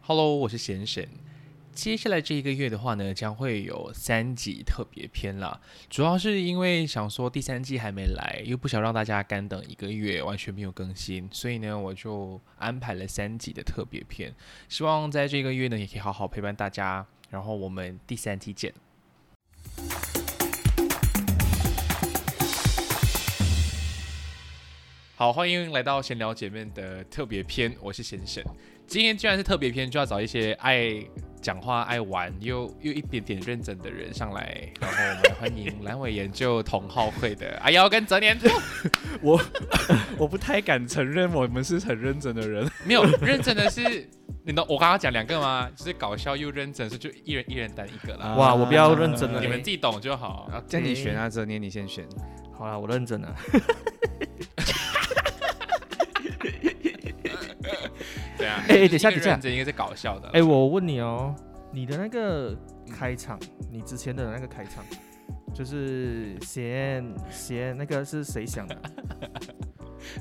Hello，我是贤贤。接下来这一个月的话呢，将会有三集特别篇啦。主要是因为想说第三季还没来，又不想让大家干等一个月完全没有更新，所以呢，我就安排了三集的特别篇。希望在这个月呢，也可以好好陪伴大家。然后我们第三季见。好，欢迎来到闲聊姐妹的特别篇，我是贤贤。今天既然是特别篇，就要找一些爱讲话、爱玩又又一点点认真的人上来，然后我们欢迎阑尾研究同好会的阿瑶跟泽年。 我 我不太敢承认我们是很认真的人。没有认真的是，你懂我刚刚讲两个吗？就是搞笑又认真，所以就一人一人担一个啦。 哇我不要认真了你们自己懂就好。啊，这样你选啊，哲年你先选。好啦，我认真啊了。对啊，哎哎等一下个等一下认真应该是搞笑的。哎、我问你哦，你的那个开场，你之前的那个开场，就是先先那个是谁想 的？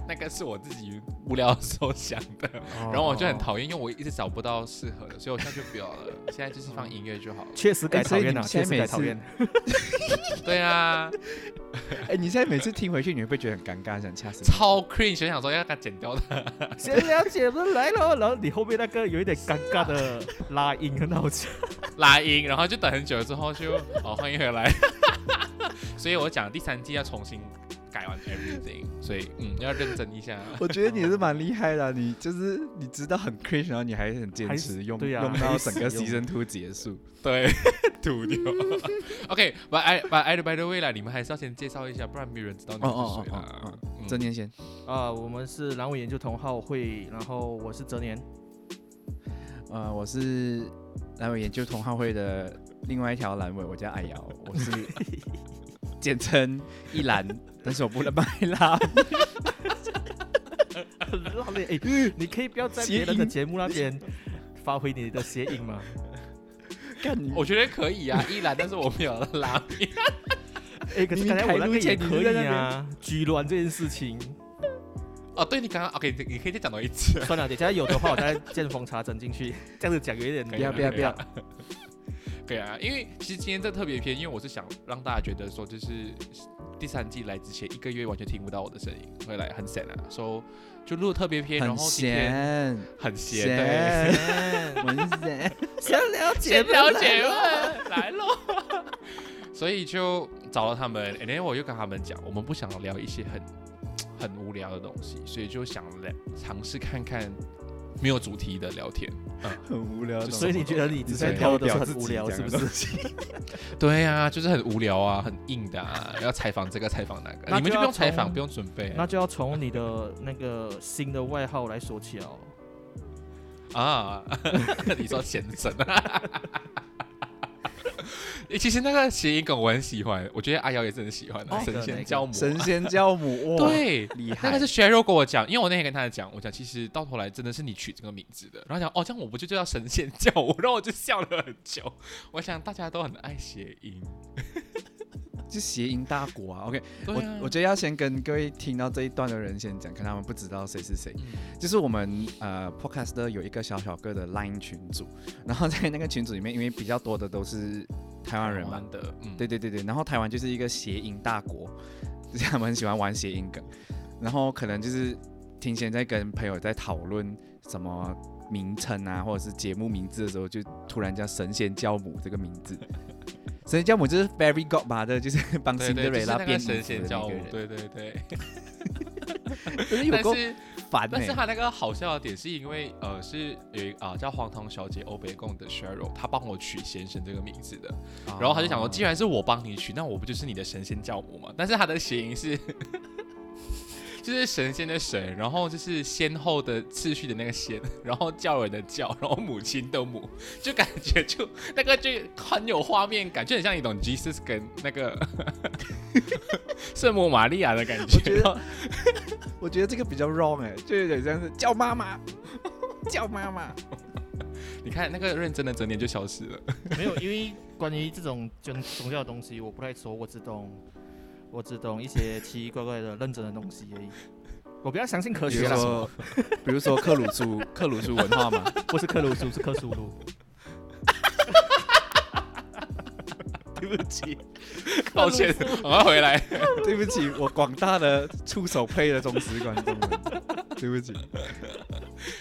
那个是我自己无聊的时候想的，哦然后我就很讨厌，因为我一直找不到适合的，所以我现在就不要了。现在就是放音乐就好了厌，。哦确实改讨厌了，啊哎所确以你实们现在改讨厌。对啊， 哎、你现在每次听回去，你会不会觉得很尴尬，想掐死你？超 cringe，想说要给它剪掉的。 先了解不是来了，然后你后面那个有一点尴尬的拉音很好笑。拉音，然后就等很久之后就哦欢迎回来，所以我讲第三季要重新改完 everything，所以嗯要认真一下。 我觉得你是蛮厉害的啊，你就是你知道很 cringe，然后你还很坚还持是用、对啊用到还整是个使 season two 结束。对，土牛。OK，but I but I by the way 啦，你们还是要先介绍一下，不然没有人知道你们是谁哦哦哦啦。嗯哲年先， 啊、我们是阑尾研究同好会，然后我是哲 年。呃， 我是阑尾研究同好会的另外一条阑尾，我叫艾瑶，我是 简称一兰，但是我不能卖 啦。拉面， 哎、你可以不要在别人谐的音节目那边发挥你的谐音 吗？干你！我觉得可以啊，依然，但是我没有拉面。哎、可是明明刚才我那开录个也前你可就在以那啊，居銮这件事情。哦，对你刚刚 OK，你你可以再讲多一次。 算了，等一下有的话我再见缝插针进去， 这样子讲有一点可不以要啊不要可不以要啊！ 对啊，因为其实今天这特别篇，因为我是想让大家觉得说，就是第三季来之前一个月完全听不到我的声音，回来很闲啊，所、以就录特别篇，然很后今天闲，很闲，对， 闲，很闲。想了哦闲聊姐妹来喽， 所以就找了他们，然后我就跟他们讲，我们不想聊一些很很无聊的东西，所以就想来尝试看看没有主题的聊天。很无聊的东西。所以你觉得你之前挑的都是很无聊，是不是？是？对啊，就是很无聊啊，很硬的 啊，要采访这个采访那个，那就要你们就不用采访，从不用准备啊那就要从你的那个新的外号来说起哦。啊。 你说先生 啊？诶其实那个谐音梗我很喜欢，我觉得阿瑶也是很喜欢的、哦神仙教母啊、神仙教母，哇，对。厉害。那个是 Sheryl 跟我讲，因为我那天跟他讲，我讲其实到头来真的是你取这个名字的，然后讲哦，这样我不就叫神仙教母，然后我就笑了很久。我想大家都很爱谐音，就谐音大国啊。OK，、对啊我，我觉得要先跟各位听到这一段的人先讲，可能他们不知道谁是谁。嗯就是我们呃 Podcaster 有一个小小个的 Line 群组，然后在那个群组里面，因为比较多的都是台湾人嘛，玩的，嗯，对对对对，然后台湾就是一个谐音大国，就是他们很喜欢玩谐音梗，然后可能就是庭贤在跟朋友在讨论什么名称啊，或者是节目名字的时候，就突然叫神仙教母这个名字。神仙教母就是 Fairy Godmother，就是帮对辛对，德就瑞是拉那个变神衣仙服的教那个母人，，对对对。可是有但够是烦但欸是他那个好笑的点是因为呃是有一个啊、叫荒唐小姐欧北贡的 Sheryl，她帮我取先生这个名字的，哦然后她就想说，既然是我帮你取，那我不就是你的神仙教母吗？但是她的谐音是。 就是神仙的神，然后就是先后的次序的那个先，然后叫人的叫，然后母亲的母，就感觉就那个就很有画面感，就很像你懂 Jesus 跟那个 圣母玛利亚的感觉。我觉得，我觉得这个比较 wrong 哎、就有点像是叫妈妈， 叫妈妈。 你看那个认真的整点就消失了。 没有，因为关于这种宗宗教的东西，我 不太熟，我只懂我只懂一些奇奇怪怪的认真的东西而已。我比较相信科比学如啦，说，比如说克鲁苏克鲁苏文化 嘛，不是克鲁苏，是克苏鲁。对不起， 抱歉，我要回 来。 对不起，我广大的触手配的忠实观众们，对不 起。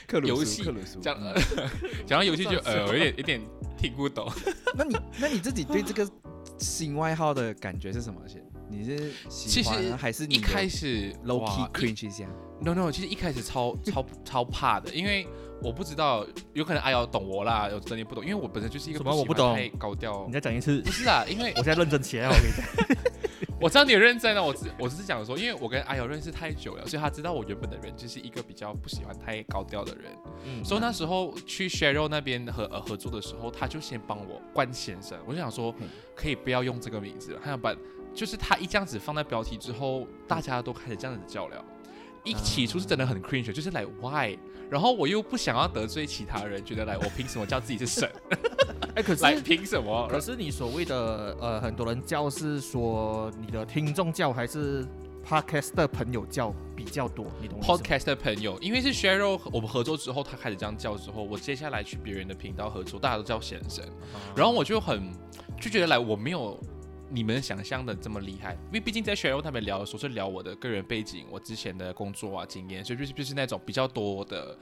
克鲁游苏戏克鲁苏，讲嗯 讲到游戏就呃，我有点有点听不懂。那你那你自己对这个新外号的感觉是什么？先，你是喜其欢实还是你一开始始 low 哇 key 一 cringe 一下？ No No，其实一开始超 超超怕的，因为我不知道，有可能哎瑶懂我啦，有真的不懂，因为我本身就是一个什么喜欢我不懂太高调你。再讲一次不，是 啦，因为我现在认真起来啊了，我跟你讲。我知道你很认真啊，我只我只是讲说，因为我跟阿瑶认识太久了，所以他知道我原本的人就是一个比较不喜欢太高调的人。嗯所以那时候去 Sheryl 那边合、呃、合作的时候，他就先帮我关先生，我就想说嗯可以不要用这个名字了，他想把就是他一这样子放在标题之后，大家都开始这样子叫了。一起初是真的很 cringe，就是来 why，然后我又不想要得罪其他人，觉得来我凭什么叫自己是神，哎，可来是凭什么？可是你所谓的呃，很多人叫是说你的听众叫还是 podcast 的朋友叫比较多，你懂我意思吗 podcast 的朋友，因为是 Sheryl 我们合作之后，他开始这样叫之后，我接下来去别人的频道合作，大家都叫先生，然后我就很就觉得来我没有你们想象的这么厉害，因为毕竟在 Sheryl 他们聊的时候是聊我的个人背景，我之前的工作啊经验，所以就是就是那种比较多的。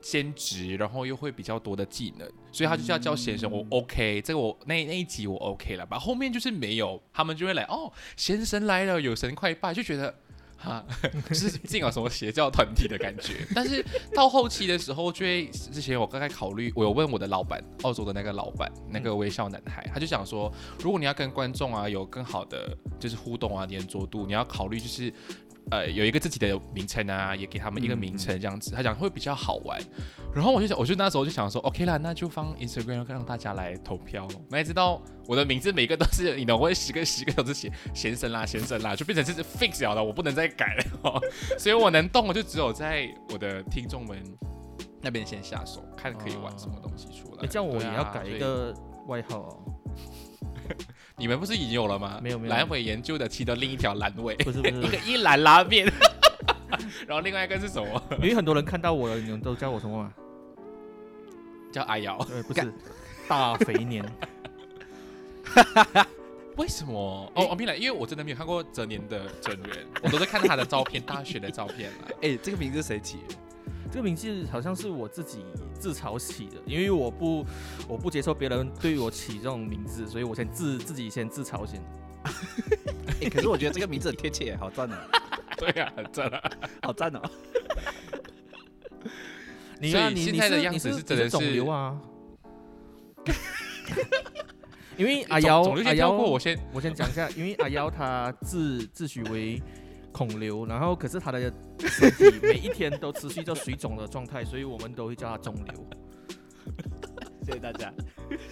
兼职，然后又会比较多的技能，所以他就是要叫先生。我 OK，这个我那那一集我 OK 了吧？后面就是没有，他们就会来哦，先生来了，有神快拜，就觉得哈， 就是进了什么邪教团体的感觉。但是到后期的时候，就会之前我刚才考虑，我有问我的老板，澳洲的那个老板，那个微笑男孩，他就讲说，如果你要跟观众啊有更好的就是互动啊粘着度，你要考虑就是。呃，有一个自己的名称啊，也给他们一个名称这样子，他讲会比较好玩。然后我就想，我就那时候就想说，OK 啦，那就放 Instagram 让大家来投票。那也知道我的名字每个都是，你懂，我会十个十个都是写先生啦，先生啦，就变成是 fix 了的，我不能再改了、哦。 所以我能动，我就只有在我的听众们那边先下手，看可以玩什么东西出来。哎，这样我对也啊要改一。所以个外号哦，你们不是已经有了吗？没有没有阑尾研究的其中另一条阑尾，不是不一是，个 一兰拉面， 然后另外一个是什么？因为很多人看到我了，你们都叫我什么嘛？叫阿瑶。呃， 不是，大肥年。为什么？哦，我明来，因为我真的没有看过哲年的真人，我都在看他的照片，大学的照片啦。 哎，这个名字谁起的？这个名字好像是我自己自嘲起的，因为我不我不接受别人对我起这种名字，所以我先自自己先自嘲先。哎，可是我觉得这个名字很贴切，好 赞哦，对啊，真的。好赞哦。你啊，所以你现你在的是样你子是是真的你肿是瘤啊。 因 为阿瑶总总就阿先瑶跳过我先。我先讲一下，因为阿瑶她自自诩为孔瘤，然后可是她的身体每一天都持续着水肿的状态，所以我们都会叫她肿瘤。谢谢大家。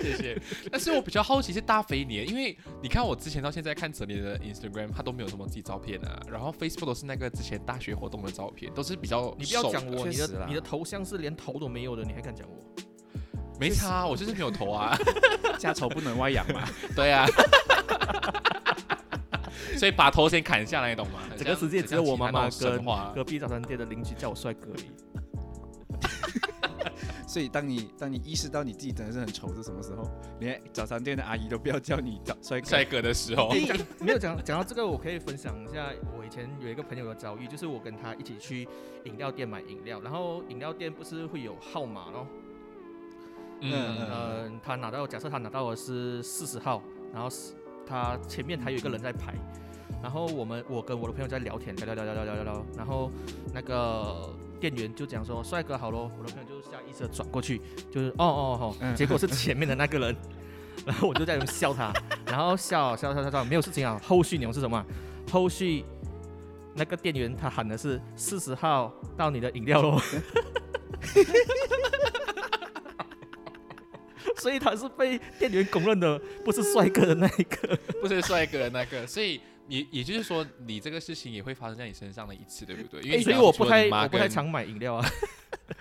谢谢。但是我比较好奇是大肥年，因为你看我之前到现在看哲年的 Instagram，他都没有什么自己照片啊，然后 Facebook 都是那个之前大学活动的照片，都是比较你不要瘦讲的我，你确实的啦你的头像是连头都没有的，你还敢讲我？没差啊，我就是没有头 啊，家丑不能外扬嘛。对啊。 所以把头先砍下来，你懂吗？整个世界只有我妈妈跟花。隔壁早餐店的邻居叫我帅哥而已。所以当你当你意识到你自己真的是很丑是什么时候？连早餐店的阿姨都不要叫你早帅哥。帅哥的时候，诶讲没有讲讲到这个，我可以分享一下我以前有一个朋友的遭遇，就是我跟他一起去饮料店买饮料，然后饮料店不是会有号码咯？嗯、嗯，他拿到假设他拿到的是四十号，然后是他前面还有一个人在排，然后我们我跟我的朋友在聊天，聊聊聊聊聊聊聊，然后那个店员就讲说帅哥好咯，我的朋友就下意识地转过去，就是哦哦好、嗯结果是前面的那个人，然后我就在那边笑他，然后笑笑笑笑笑，没有事情啊，后续你们是什么啊、后续。那个店员他喊的是四十号到你的饮料喽，所以他是被店员公认的不是帅哥的那一 个。嗯不是帅哥的那个，所以你也就是说，你这个事情也会发生在你身上的一次，对不对？因为诶你哎所以刚刚我不说太你妈我不太跟常买饮料啊。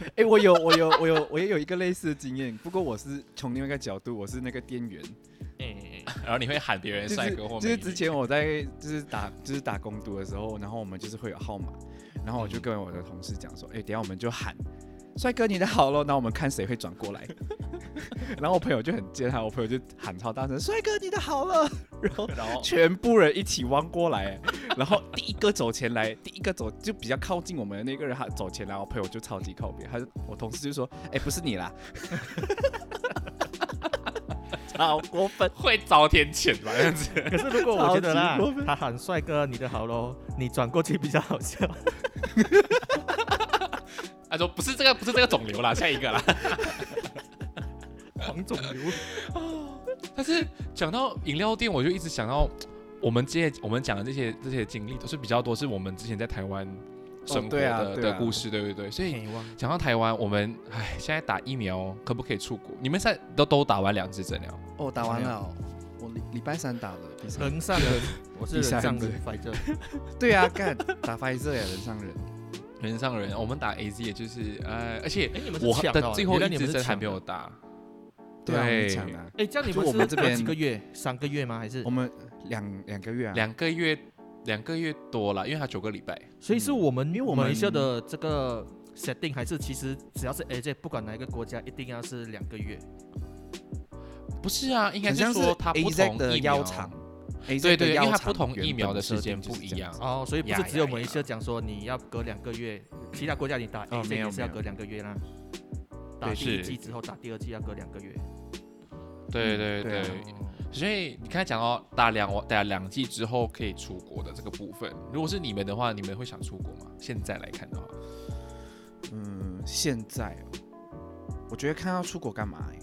哎、我有，我有，我有，我也有一个类似的经验，不过我是从另外一个角度，我是那个店员，嗯然后你会喊别人就是哎帅哥或就是美之女前我在就是打就是打工读的时候，然后我们就是会有号码，然后我嗯就跟我的同事讲说，哎、等一下我们就喊帅哥你的好咯，然后我们看谁会转过 来。然后我朋友就很贱，他我朋友就喊超大声，帅哥你的好了，然后然后全部人一起弯过来，哎然后第一个走前来，第一个走就比较靠近我们的那个人，他走前来，我朋友就超级靠边，他就我同事就说，哎、不是你啦，超过分， 会遭天谴吧？这样子， 可是如果我觉得啦 超级过分，他喊帅哥你的好咯，你转过去比较好笑。他说不是这个，不是这个肿瘤啦，下一个啦。 黄肿瘤，但是讲到饮料店，我就一直想到我们这些我们讲的这些这些经历，都是比较多是我们之前在台湾生活对的、啊对的啊故事，哦对对对。所以便宜忘讲到台湾，我们唉，现在打疫苗可不可以出国？你们现在都都打完两支针了？哦，打完了，我礼礼拜三打的，第三人上人， 我是第人三上只人，反正对啊，干打 Pfizer 呀，人上人。人上人，我们打 A Z 也就是呃，而且 哎你们是我抢的的最后原来一你们支是针还抢没有的。打，对啊，我对们抢啊，哎，这哦样你就们我是们这隔几边个月？三个月吗？还是我？们两两个月啊，两个月两个月多了，因为它九个礼拜。所以是我们因为我们们一下的这个 setting 还是其实只要是 AJ，不管哪一个国家，一定要是两个月。不是啊，应该很是像是说它 A 不 Z 同的疫苗哦药厂，，AZ 对对，的因为药它厂不同疫苗的原本时设间定就不是一这样啊子。哦，所以不呀是只有呀马来西呀亚讲说你要隔两个月，其他国家你打哦 AZ 没有也是要没有隔两个月啦。打对第一是剂之后打第二剂要隔两个月。对对嗯对对啊所以你刚才讲到打两打两剂之后可以出国的这个部分，如果是你们的话，你们会想出国吗？现在来看的话，嗯，现在哦我觉得看要出国干嘛欸？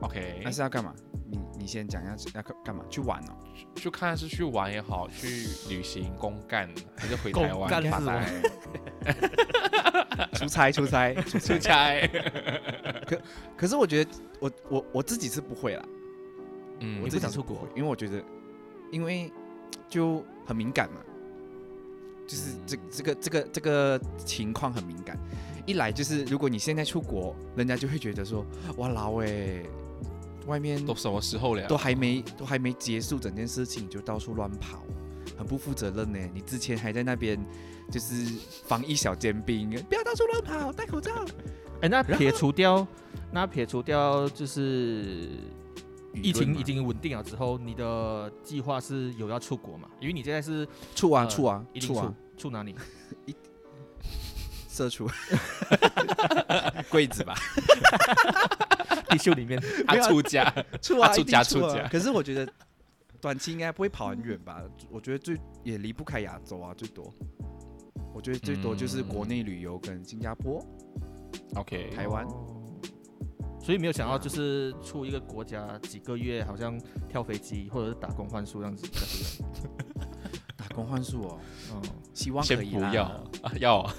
OK，那是要干嘛？你你先讲要要干干嘛？去玩 哦。就看是去玩也好，去旅行公干，还是回公台湾干是发什么呆出差出差 出出差。差。可是我觉得我我我自己是不会啦，嗯，我你自不己想是出不国会因为我觉得因为就很敏感嘛，就是这嗯这个这个这个情况很敏感。一来就是如果你现在出国，人家就会觉得说哇老诶，外面都什么时候了？都还没都还没结束整件事情，你就到处乱跑，很不负责任呢。你之前还在那边就是防疫小尖兵，不要到处乱跑，戴口罩。哎，那撇除掉，那撇除掉就是疫情已经稳定了之后，你的计划是有要出国嘛？因为你现在是处啊呃处啊一定处出啊，出哪里？社畜 柜子吧，地秀里面。他啊出家，处啊啊处一定家处处啊家。可是我觉得短期应该不会跑很远吧？嗯我觉得最也离不开亚洲啊，最多。我觉得最多就是国内旅游跟新加坡、 OK， 台湾。所以没有想到对啊就是出一个国家几个月，好像跳飞机或者是打工换宿这样子。打工换宿哦，哦，希望可先以不啦要，啊要啊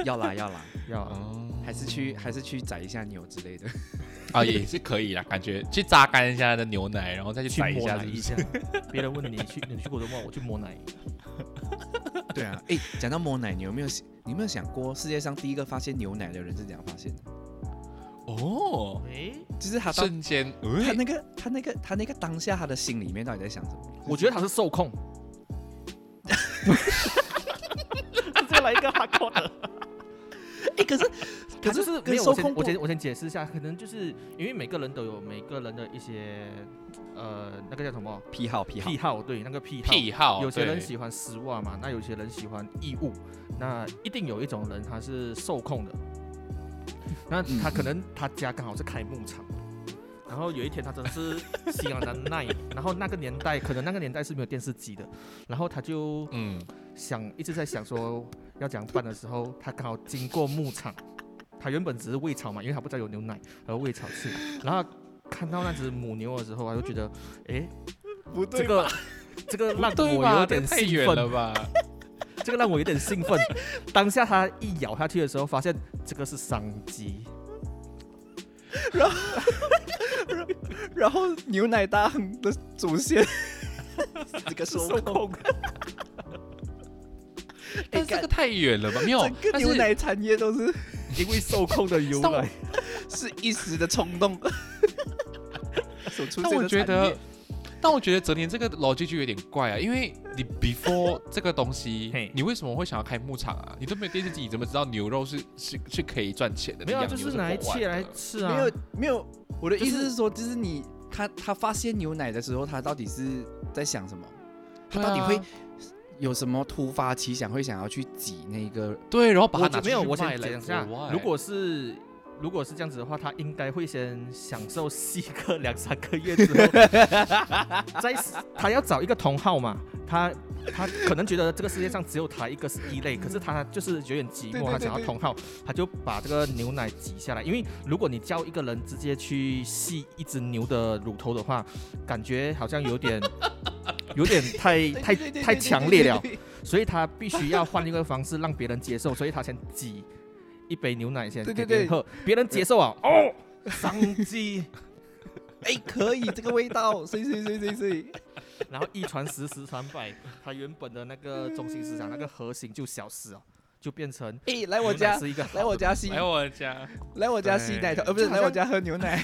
要啦要啦，要啊、嗯还是去还是去宰一下牛之类 的。啊也是可以啦，感觉去榨干一下的牛奶，然后再去宰去一摸下奶是不一是，下。 别人问你去你去过的话，我去摸奶。对啊，哎，讲到摸奶，你有没有你有没有想过，世界上第一个发现牛奶的人是怎样发现的？哦，诶，就是他到瞬间，他哎那个他那个他那个当下他的心里面到底在想什么？我觉得他是受 控。直接来一个哈扣的，哎，可是 可可是是是跟没有。受我先控我不先我先解释一下，可能就是因为每个人都有每个人的一些呃那个叫什么癖好癖好癖好，对那个癖好。癖好，有些人哦对喜欢丝袜嘛，那有些人喜欢异物，那一定有一种人他是受控的，那嗯他可能他家刚好是开牧场。然后有一天，他真的是心痒难耐。 然后那个年代，可能那个年代是没有电视机的。然后他就嗯，想一直在想说要怎样办的时候，他刚好经过牧场，他原本只是喂草嘛，因为他不知道有牛奶，而喂草吃。然后看到那只母牛的时候，他就觉得，诶，不这个这个 让对我吧？有点这太兴远奋了吧？这个让我有点兴 奋。当下他一咬下去的时候，发现这个是商机。然后牛奶大亨的祖先这个受控， 但这个太远了吧？没有哎整，个但牛是奶产业都是因为受控的由但我来， 是一时的冲动所出但现我的觉产得业。但我觉得泽田这个逻辑就有点怪啊，因为你 before 这个东西嘿，你为什么会想要开牧场啊？你都没有电视机，你怎么知道牛肉是是是可以赚钱的？没有啊，你就养牛是是拿来国外切来的吃啊没。有没有，我的就意思是是说，就是你他他发现牛奶的时候，他到底是在想什么？他对到底啊会有什么突发奇想，会想要去挤那个？对，然后把它我拿没有，出去我先卖来讲一下国外，如果是如果是这样子的话，他应该会先享受吸个两三个月之 后，再他要找一个同好嘛，他他可能觉得这个世界上只有他一个是异类，可是他就是有点寂对寞，对他对想要对同好，他就把这个牛奶挤下来，因为如果你叫一个人直接去吸一只牛的乳头的话，感觉好像有点 有点太太太强烈了。所以他必须要换一个方式让别人接受，所以他先挤一杯牛奶先对对给别人对呃喝，别人接受啊， 哦，商机，哎，可以，这个味道，谁谁谁谁谁，然后一传十，十传百，他原本的那个中心思想那个核心就消失了，就变成哎，来我牛奶家，是一个来我家吸，来 我家，来我家吸哎对奶头，呃，不是就好来我像家喝牛奶。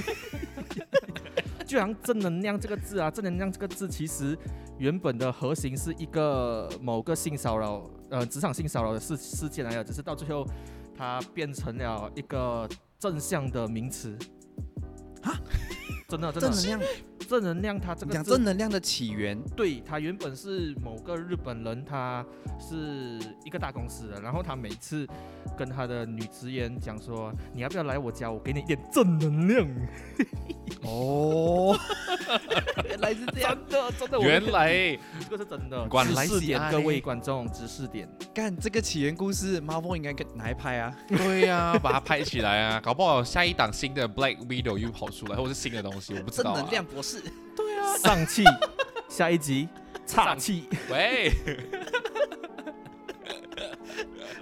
就好像正能量这个字啊，正能量这个字其实原本的核心是一个某个性骚扰，呃，职场性骚扰的事事件来了，只是到最后它变成了一个正向的名词。真的，真正的，能量，正能量，它这你个讲字正能量的起源，对，他原本是某个日本人，他是一个大公司的，然后他每次跟他的女职员讲说，你要不要来我家，我给你一点正能量。哦，原来是这样。真的，真的，我没有原来这个是真的。管知来识是点，爱各位观众，知识点。干这个起源故事，Marvel 应该跟拿来拍啊。对呀、把它拍起来啊，搞不好下一档新的 Black Widow 又跑出来，或者是新的东西，我不知正道、啊。能量博士，上 气，下一集岔啊气，喂，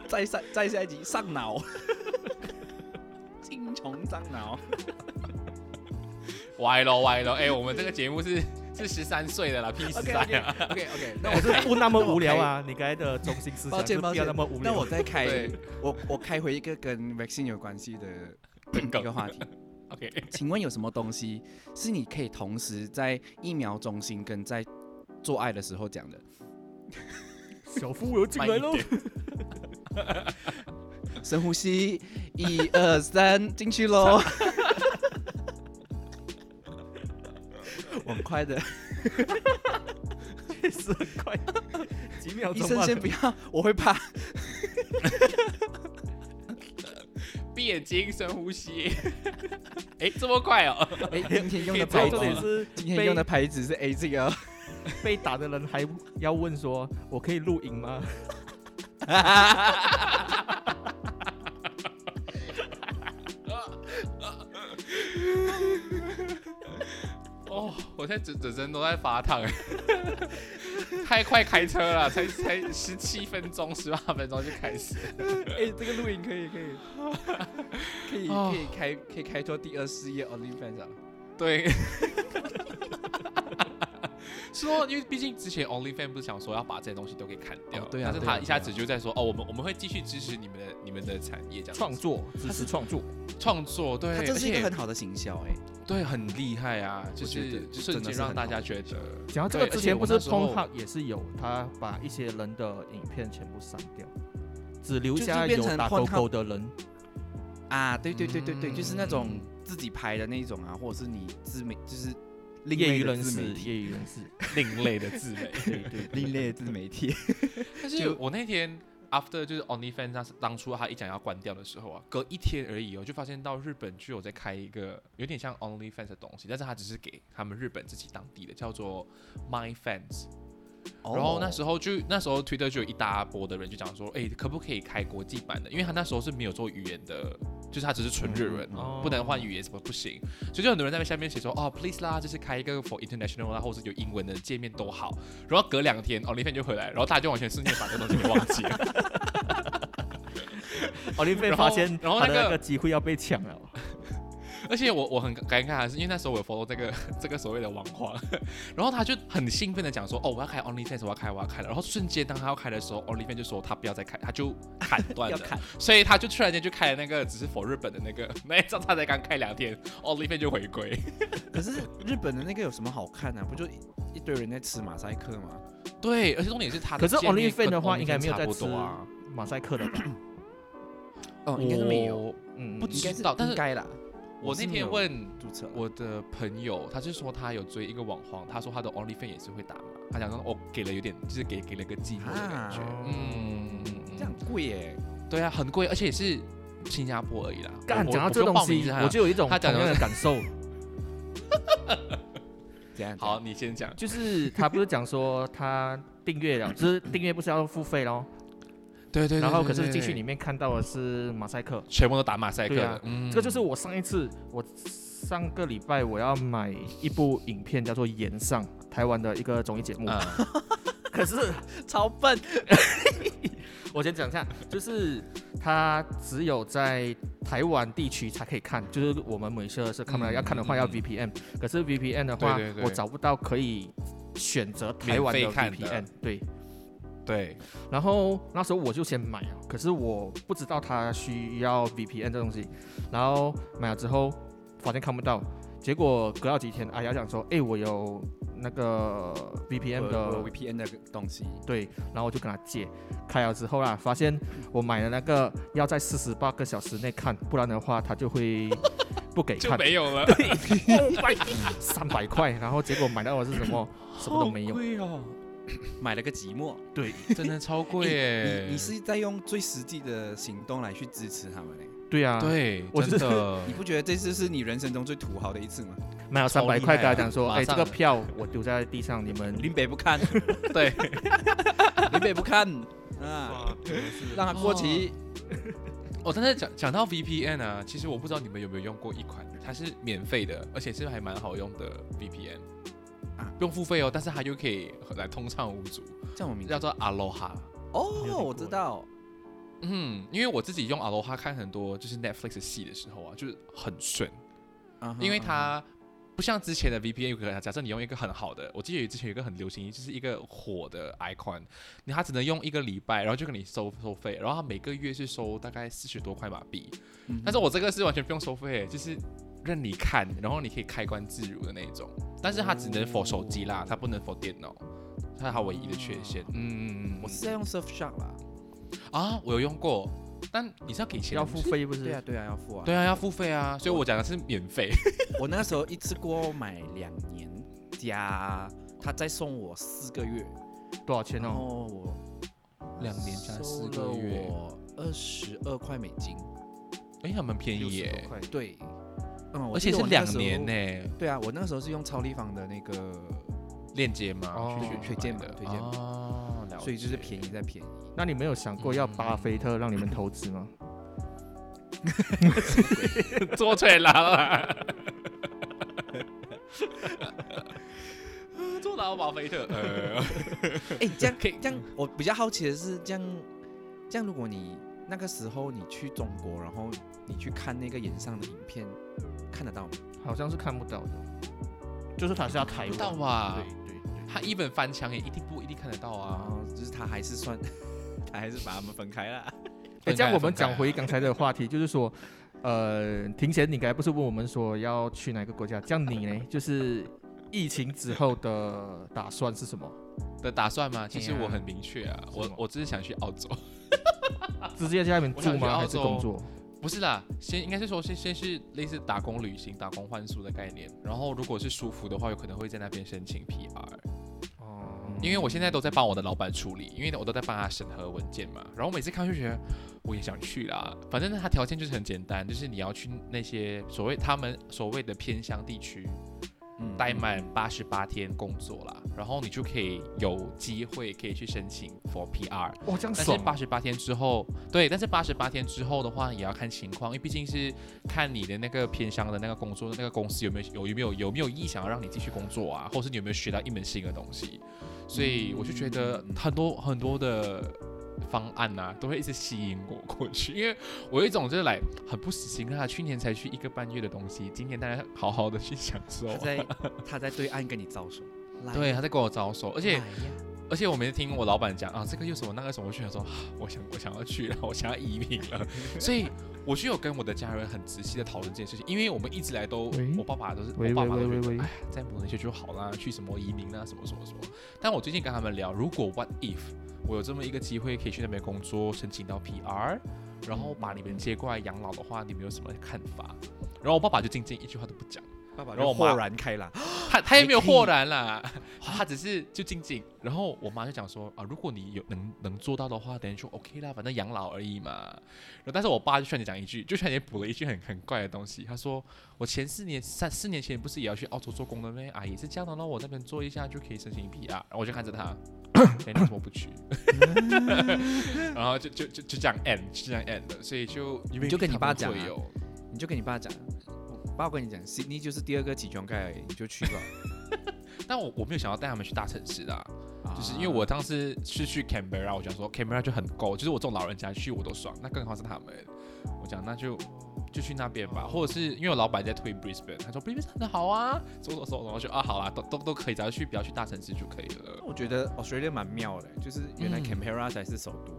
再下再下一集上脑， 精虫上脑。歪了歪了，哎、我们这个节目是是十三岁的啦，P 十 OK 三 OK 啊。 OK OK，那我是不那么无聊 啊。你刚才的中心思抱想歉是抱不歉要那么无那聊我。再开对，我我开回一个跟 vaccine 有关系的一梗个话题。 OK，请问有什么东西是你可以同时在疫苗中心跟在做爱的时候讲的？小夫我又进慢来一喽， 点。 深呼吸，一二三，进去 喽。我很快的，确实很快， 几秒医钟啊生罢先了不要，我会怕。闭眼睛，深呼吸。哎、这么快哦！哎，今天用的可以牌走重点子，是今天被用的牌子是 A 这个哦。被打的人还要问说：“我可以录影 吗哦，我现在整整身都在发烫， 太快开车了，才才十七分钟、十八分钟就开始。哎，这个录影可以，可以， 可以，哦可以开，可以开拓第二事业 OnlyFans 啊。对。 说，因为毕竟之前 OnlyFan 不是想说要把这些东西都给砍掉，哦对啊但是对他啊一下对啊子就在说，哦，我们我们会继续支持你们的你们的产业这？”样子创作支持创作，创作，对，它而这是一且个很好的行销哎。对很厉害啊，就我觉是得就瞬真的间是很让大好家觉得，讲到这个对之前，而且不我是那时候 p o 也是有他把一些人的影片全部删掉，只留就就下变有成打勾 Pornhub 勾的人。啊，对对对对对，就是那种嗯自己拍的那种啊，或者是你自媒，就是另业类余的人自士，媒体，业余人士， 另类的自媒。对对对另类的自媒 体。但是我那天 after 就是 OnlyFans 当时当初他一讲要关掉的时候啊，隔一天而已哦，就发现到日本就有在开一个有点像 OnlyFans 的东西，但是他只是给他们日本自己当地的，叫做 MyFans。然哦后那时候就那时候推特就有一大波的人就讲说，哎、可不可以开国际版的？因为他那时候是没有做语言的，就是他只是纯日文，嗯哦不能换语言什么不行，所以就很多人在下面写说，哦，please 啦，就是开一个 for international 啦，或者有英文的界面都好。然后隔两天 o l i v i a 就回来，然后大家就完全瞬间把这个东西给忘记了。奥利菲然后发 现然后他那的个那个机会要被抢了， 而且我我很尴尬的是，因为那时候我有 follow 这个这个所谓的网黄，然后他就很兴奋的讲说，哦，我要开 OnlyFans，我要开，我要开了。然后瞬间当他要开的时候，OnlyFans 就说他不要再开，他就砍断要了。看所以他就突然间就开了那个只是否日本的那个， 那一张他才刚开两天，OnlyFans 就回归。可是日本的那个有什么好看啊？不就一一堆人在吃马赛克吗？对，而且重点是他可是 OnlyFans OnlyFans 的话，应该没有差在不吃多啊。马赛克的吧？ 哦，应该是没有，我嗯，不应该知道但是应该啦。我是那没天有问注册啦，我的朋友，他是说他有追一个网红，他说他的 OnlyFans 也是会打码，他讲说哦，给了有点，就是给给了个寂寞的感觉。啊嗯，这样很贵耶。对啊，很贵，而且也是新加坡而已啦。干我讲我到这不用东报名西字，啊我就有一种他同讲的样的感受， 这样好，，你先讲。就是他不是讲说他订阅了，只是订阅不是要付费咯，对对然后可是进去里面面看到的是马赛克，全部都打马赛克对的，啊嗯，这个就是我上一次，我上个礼拜我要买一部影片叫做《岩上》，台湾的一个综艺节目。嗯 可是超笨， 我先讲一下，就是它只有在台湾地区才可以看，就是我们美社是看不了，嗯要看的话嗯要嗯 VPN，、可是 VPN 的话，对对对我找不到可以选择台湾的免费看的 VPN，对。对，然后那时候我就先买了，可是我不知道它需要 VPN 这东西，然后买了之后发现看不到，结果隔了几天，阿雅讲说，哎，我有那个 VPN 我的我 VPN 的东西，对，然后我就跟他借，开了之后啦，发现我买的那个要在四十八个小时内看，不然的话他就会不给 就看，嗯没有了， 三百块，然后结果买到的是什么，什么都没好有。贵哦，买了个寂寞。对 真的超贵耶你你是在用最实际的行动来去支持他们嘞？对啊，对，我真的 你不觉得这次是你人生中最土豪的一次吗？买了超三厉百块，害跟他啊讲说，马哎，这上个了票我丢在地上，你们林北 不看，对，林北不看啊，让他过期。哦，但是讲讲到 VPN 啊，其实我不知道你们有没有用过一款，它是免费的，而且是还蛮好用的 VPN，啊不用付费哦，但是它又可以来通畅无阻，叫我名字叫做 Aloha。没有听哦，过我知道，嗯，因为我自己用 Aloha 看很多就是 Netflix 的戏的时候啊，就是很顺，啊哈因为它不像之前的 VPN，有可能假设你用一个很好的，我记得之前有一个很流行，就是一个火的 icon，你它只能用一个礼拜，然后就跟你收收费，然后它每个月是收大概四十多块马币，嗯哼但是我这个是完全不用收费，就是任你看，然后你可以开关自如的那一种，但是它只能否手机啦，它不能否电脑。它是它唯一的缺陷，嗯，哦我是在用 Surfshark 啦。啊，我有用过，但你是要给钱的要付，费不是？对啊，对啊，要付啊。对啊，要付费啊，所以我讲的是免费，我那时候一次过买两年，加他再送我四个月，多少钱然哦？后我 呃两年加四个月，二十二块美金。哎哎，还蛮便宜60多耶，块对，嗯，我而且记得是我那两个时候年。呢，对啊，我那个时候是用超立方的那个，链接嘛哦，去去推荐嘛买的推荐嘛哦，了所以就解是便宜再便宜。那你没有想嗯过要巴菲特让你们投资吗？ 做腿牢啊！ 做牢保菲特，呃， 哎，这 样可以这样，我比较好奇的是，这样这样，如果你那个时候你去中国，然后你去看那个演上的影片，看得到吗？好像是看不到的，就是他是要台不湾到啊吧？对对对，他一本翻墙也一定不一定看得到啊。哦，就是他还是算， 他还是把他们分开了。哎，这样我们讲回分啊刚才的话题，就是说，呃，庭贤，你刚才不是问我们说要去哪个国家？这样你呢？就是疫情之后的打算是什么？开的打算吗？其实哎呀我很明确啊，什我么我只是想去澳洲，啊直接在那边住我想去吗？澳还是洲工作？不是啦，先应该是说先先是类似打工旅行、打工换宿的概念，然后如果是舒服的话，有可能会在那边申请 PR。啊哦，因为我现在都在帮我的老板处理，因为我都在帮他审核文件嘛。然后我每次看就觉得我也想去啦，反正他条件就是很简单，就是你要去那些所谓他们所谓的偏乡地区嗯待满八十八天工作啦，然后你就可以有机会可以去申请 for PR。哇，这但样是爽八十八天之后，对，但是八十八天之后的话，也要看情况，因为毕竟是看你的那个偏乡的那个工作，那个公司有没有有有没有有没有意想要让你继续工作啊，或是你有没有学到一门新的东西。所以我就觉得很多很多的方案啊，都会一直吸引我过去，因为我有一种就是来很不死心啊，去年才去一个半月的东西，今年大家好好的去享受啊他。在他在对岸跟你招手，来对，呀，他在跟我招手，而且来呀而且我每次听我老板讲啊，这个又什么那个什么，我就想说，啊我想我想要去了，我想要移民 了，所以我就有跟我的家人很仔细的讨论这件事情，因为我们一直来都喂，我爸爸都是喂我爸爸喂都喂觉喂得，喂哎，在某一些就好啦，去什么移民啊，什么什么什么。但我最近跟他们聊，如果 what if 我有这么一个机会可以去那边工作，申请到 PR，然后把你们接过来养老的话，你们有什么看法？然后我爸爸就静静一句话都不讲。爸爸然后就我妈豁然开朗， 他他也没有豁然啦， 他只是就静静。然后我妈就讲说啊，如果你有能能做到的话，等于说 OK 啦，反正养老而已嘛。然后但是我爸就劝你讲一句，就劝你补了一句很很怪的东西，他说我前四年三四年前不是也要去澳洲做工的咩？啊，也是这样的咯，我那边做一下就可以申请 PR。然后我就看着他， 哎，你怎么不去？ 然后就就就就这样 end，就这样 end 了。所以就因为你就跟你爸讲啊他们会有你就跟你爸讲，爸我跟你讲，Sydney 就是第二个起床盖而已，你就去吧。但我我没有想要带他们去大城市啦。就是因为我当时是去 Canberra，我想说 Canberra 就很够，就是我这种老人家去我都爽，那更何况是他们。我讲那就就去那边吧，或者是因为我老板在推 Brisbane，他说 Brisbane 很好啊，走走走，然后就啊好啦，都都都可以，只要去不要去大城市就可以了。我觉得 Australia 蛮妙的，就是原来嗯 Canberra 才是首都。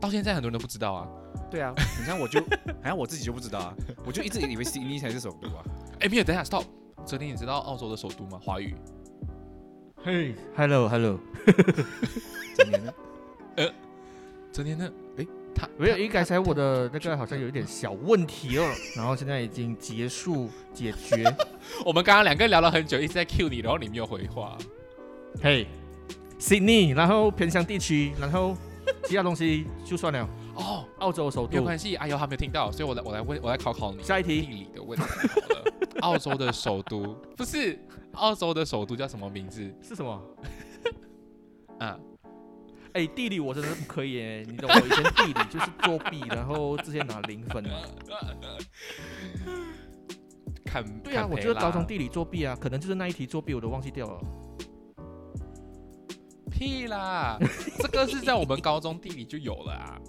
到现在很多人都不知道啊，对啊，你看我就， 好像我自己就不知道啊，我就一直以为 Sydney 才是首都啊。哎没有，等一下 stop，哲林你知道澳洲的首都吗？华语？嘿，hello hello，今年呢？哲林呢？哎他没有，因为刚才我的那个好像有一点小问题哦，然后现在已经结束解决。 我们刚刚两个聊了很久，一直在 cue 你，然后你没有回话。嘿，Sydney，然后偏乡地区，然后其他东西就算了。哦，澳洲首没有都，关系，哎呦，他没有听到，所以我来我来问，我来考考你下一题地理的问题好了。澳洲的首都不是澳洲的首都叫什么名字是什么？啊？哎，地理我真的是不可以耶，你懂我以前地理就是作弊，然后之前拿零分嘛。坎对啊，坎我培觉得拉高中地理作弊啊，可能就是那一题作弊，我都忘记掉了。屁啦，这个是在我们高中地理就有了 啊。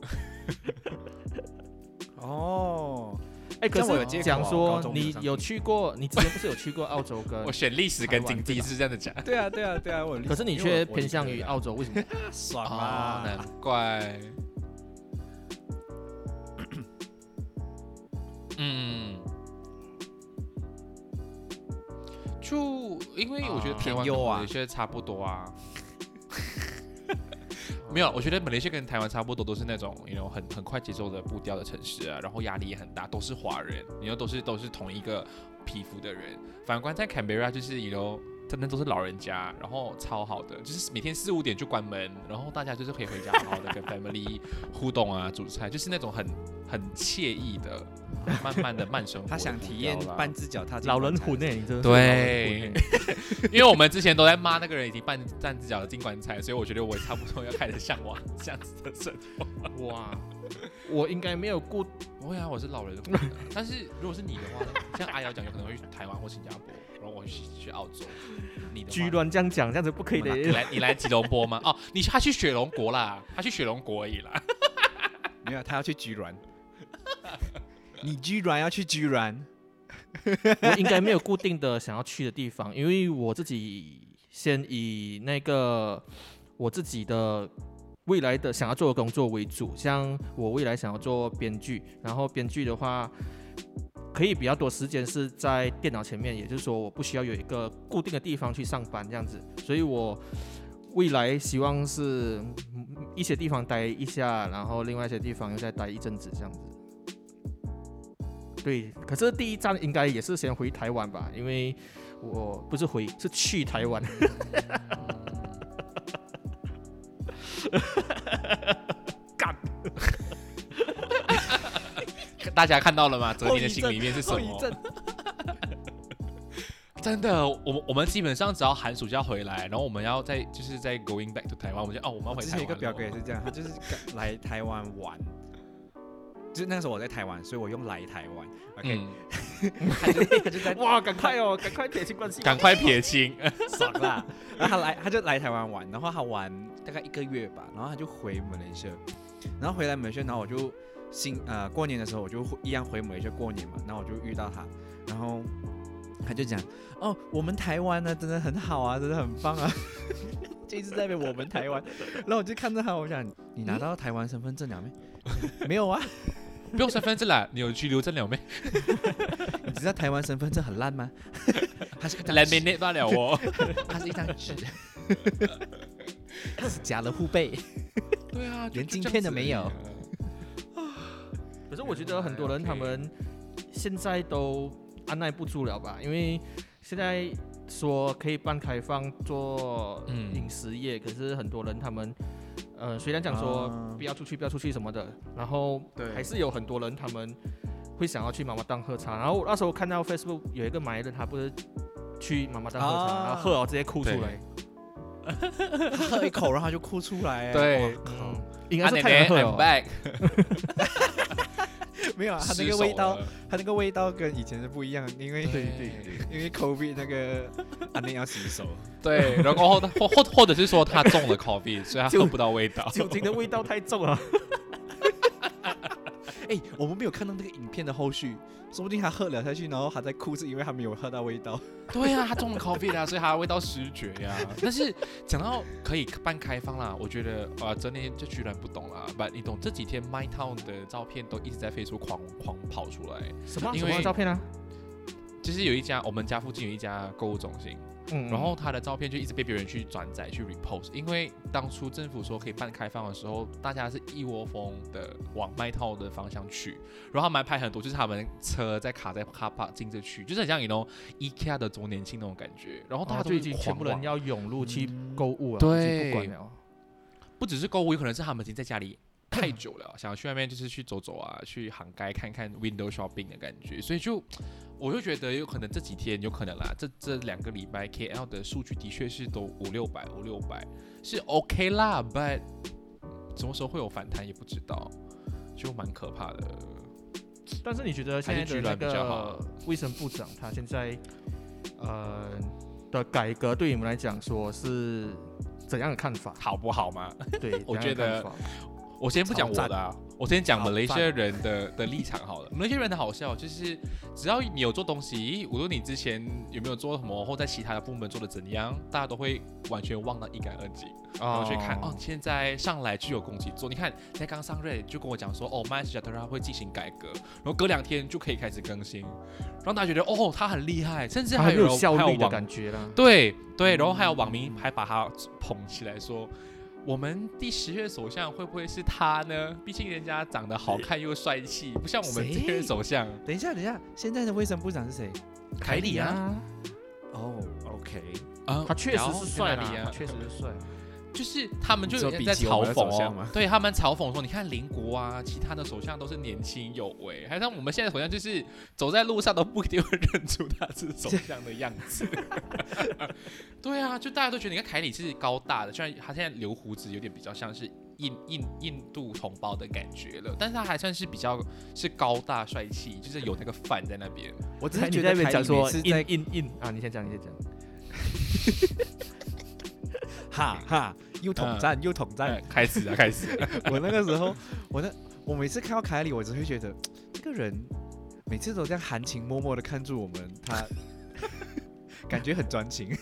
哦，哎，可这样我有是借口讲啊我说高中没有你上有地去过，你之前不是有去过澳洲跟我？选历史跟经济是这样的讲，对啊，对啊，对啊，我可是你却偏向于啊澳洲，为什么？爽哦，啊！难怪。 嗯，就因为我觉得台啊湾偏跟右啊马来西亚差不多啊。 没有，我觉得马来西亚跟台湾差不多，都是那种你 you know, 很很快节奏的步调的城市啊，然后压力也很大，都是华人，你 y 都是都是同一个皮肤的人。反观在坎培拉，就是你 you know, 真的都是老人家，然后超好的，就是每天四五点就关门，然后大家就是可以回家好好 的跟 family 互动啊，煮菜，就是那种很很惬意的，慢慢的慢生活的步调啦。他想体验半只脚踏进老人棺材魂呢？你真的是对老人魂欸， 啊因为我们之前都在骂那个人已经半站只脚的进棺材，所以我觉得我也差不多要开始向往这样子的生活。哇，我应该没有过 不会啊，我是老人的魂啊但是如果是你的话呢，像阿瑶讲，有可能会去台湾或新加坡，然后我去去澳洲。你的居话呢，乱这样讲，这样子不可以的。你来你来吉隆坡吗？哦，你他去雪龙国啦，他去雪龙国而已啦。没有，他要去居软。 你居软要去居软，我应该没有固定的想要去的地方，因为我自己先以那个我自己的未来的想要做的工作为主。像我未来想要做编剧，然后编剧的话，可以比较多时间是在电脑前面，也就是说我不需要有一个固定的地方去上班这样子，所以我。未来希望是嗯一些地方待一下，然后另外一些地方又再待一阵子这样子。对，可是第一站应该也是先回台湾吧，因为我不是回，是去台湾。大家看到了吗？哲后林的遗心症里面是什 后遗么？症真的，我们我们基本上只要寒暑假回来，然后我们要在就是在 going back to 台湾，我们就哦，我们要我回之台湾前了。有一个表哥也是这样，他就是刚来台湾玩，就是那时候我在台湾，所以我用来台湾。OK，、嗯，他就他就在 哇，赶快哦，赶快撇清关系。赶快撇清。 爽啦。然后他来，他就来台湾玩，然后他玩大概一个月吧，然后他就回马来西亚，然后回来马来西亚，然后我就新呃过年的时候我就回一样回马来西亚过年嘛，然后我就遇到他，然后他就讲哦，我们台湾呢真的很好啊，真的很棒啊， 就一直在那边我们台湾，然后我就看着他，我想你拿到台湾身份证了没？没有啊， 不用身份证啦，你有拘留证了没？你知道台湾身份证很烂吗？ 它是一张来没纸，那罢了哦。它是一张纸， 它是假的护背。 对啊， 就连晶片都没有。就这样子而已啊可是我觉得很多人 OK 他们现在都按耐不住了吧，因为现在说可以半开放做嗯饮食业，可是很多人他们。呃，虽然讲说啊不要出去，不要出去什么的，然后对还是有很多人他们会想要去妈妈档喝茶。然后我那时候看到 Facebook 有一个马来人，他不是去妈妈档喝茶，啊然后喝了直接哭出来。他喝 一口，然后他就哭出来。哎对哇嗯靠，应该啊是奶太奶难喝，I'm 了。 back。没有啊，他那失个手味道，了，他那个味道跟以前的不一样，因为对 对对因为 COVID 那 个安内要洗手，对，然后或或或或者是说他中了 COVID，所以他喝不到味 道。酒精的味道太重 了。哎，我们没有看到那个影片的后续，说不定他喝了下去，然后他在哭，是因为他没有喝到味道。对啊，他中了 COVID 啊，所以他味道失觉呀、但是讲到可以半开放啦，我觉得啊，真的就居然不懂啦。不，你懂这几天 My Town 的照片都一直在 Facebook 狂狂跑出来，什么因什为么照片啊？就是有一家我们家附近有一家购物中心，嗯，然后他的照片就一直被别人去转载去 repost，因为当初政府说可以半开放的时候，大家是一窝蜂的往麦套的方向去，然后他们还拍很多，就是他们车在卡在卡帕进这去，就是很像你 know IKEA 的周年庆那种感觉，然后大哦家他哦就都已经全部人狂要涌入 去嗯购物了，对已经不管了。往不只是购物，有可能是他们已经在家里太久了，想要去外面就是去走走啊，去杭街看看 window shopping 的感觉，所以就。我就觉得有可能这几天有可能啦，这这两个礼拜 KL 的数据的确是都五六百五六百是 OK 啦，but 什么时候会有反弹也不知道，就蛮可怕的。但是你觉得现在还是居的那然比较好？个卫生部长他现在呃的改革对你们来讲说是怎样的看法好不好嘛？ 对，我怎觉样的得看法我先不讲我的、啊，我先讲马超来赞西亚人的的立场好了。马来西亚人的好笑就是，只要你有做东西，无论你之前有没有做什么，或在其他的部门做的怎样，大家都会完全忘得一干二净。然后去看哦，现在上来就有供给做。你看，才刚上任就跟我讲说，哦，麦斯贾特拉会进行改革，然后隔两天就可以开始更新，让大家觉得哦，他很厉害，甚至他还啊很有有人效还有率的网感觉啦。对对，然后还有网民还把他捧起来说，我们第十任首相会不会是他呢？毕竟人家长得好看又帅气，不像我们这任谁首相等一下，等一下，现在的卫生部长是谁？凯里啊，啊，哦，OK，啊他确实然后是帅凯里啦，啊他，确实是帅。就是他们就你说有比点在起我嘲们的讽首相哦吗，对他们嘲讽说，你看邻国啊，其他的首相都是年轻有为，还像我们现在首相就是走在路上都不一定会认出他是首相的样子。对啊，就大家都觉得你看凯里是高大的，虽然他现在留胡子有点比较像是印印印度同胞的感觉了，但是他还算是比较是高大帅气，就是有那个范在那边。我只你是觉在得那边讲说是印在印印啊，你先讲，你先讲。哈哈，又统嗯战又统战哎，，开始啊，开始啊， 我那个时候，我那我每次看到凯里，我只会觉得这个人每次都这样含情脉脉的看住我们，他 感觉很专情。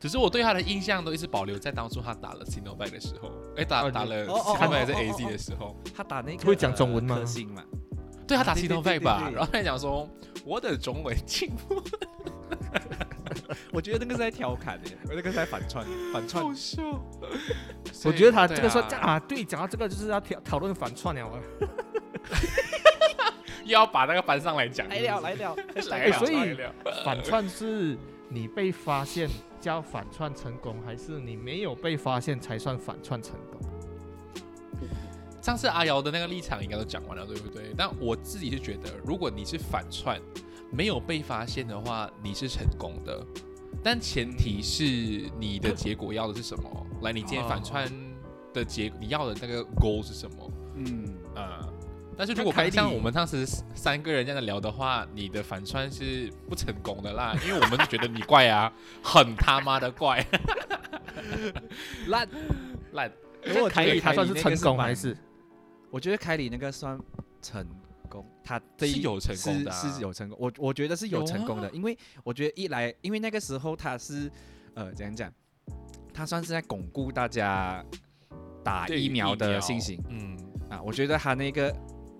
只是我对他的印象都一直保留在当初他打了 Sinovac 的时候，哎，打哦打了哦哦哦 Sinovac 在哦哦 AZ 的时候，他打那个会讲中文吗呃、克星嘛，对他啊打对 Sinovac 对对吧对，对然后他讲说我的中文进步，我觉得那个是在调侃的，我那个是在反串，反串好。笑。 我觉得他这个说所以对啊啊，对，讲到这个就是要讨讨论反串了啊。 又要把那个搬上来讲，是不是来了，来了，哎所以来了反串是你被发现叫反串成功，还是你没有被发现才算反串成功？上次阿瑶的那个立场应该都讲完了，对不对？但我自己是觉得，如果你是反串，没有被发现的话，你是成功的。但前提是你的结果要的是什 么？来，你今天反串的结，你要的那个 goal 是什么？嗯，呃，但是如果那凯莉像我们当时三个人这样聊的话，你的反串是不成功的啦， 因为我们就觉得你怪啊，很他妈的怪，烂。烂。如果凯莉她算是成功还是？是？我觉得凯里那个算成功，他这是一有成功的啊是是有成功。我我觉得是有成功的，有啊因为我觉得一来，因为那个时候他是呃怎样讲，他算是在巩固大家打 对于啊疫苗的信心。嗯，啊，我觉得他那个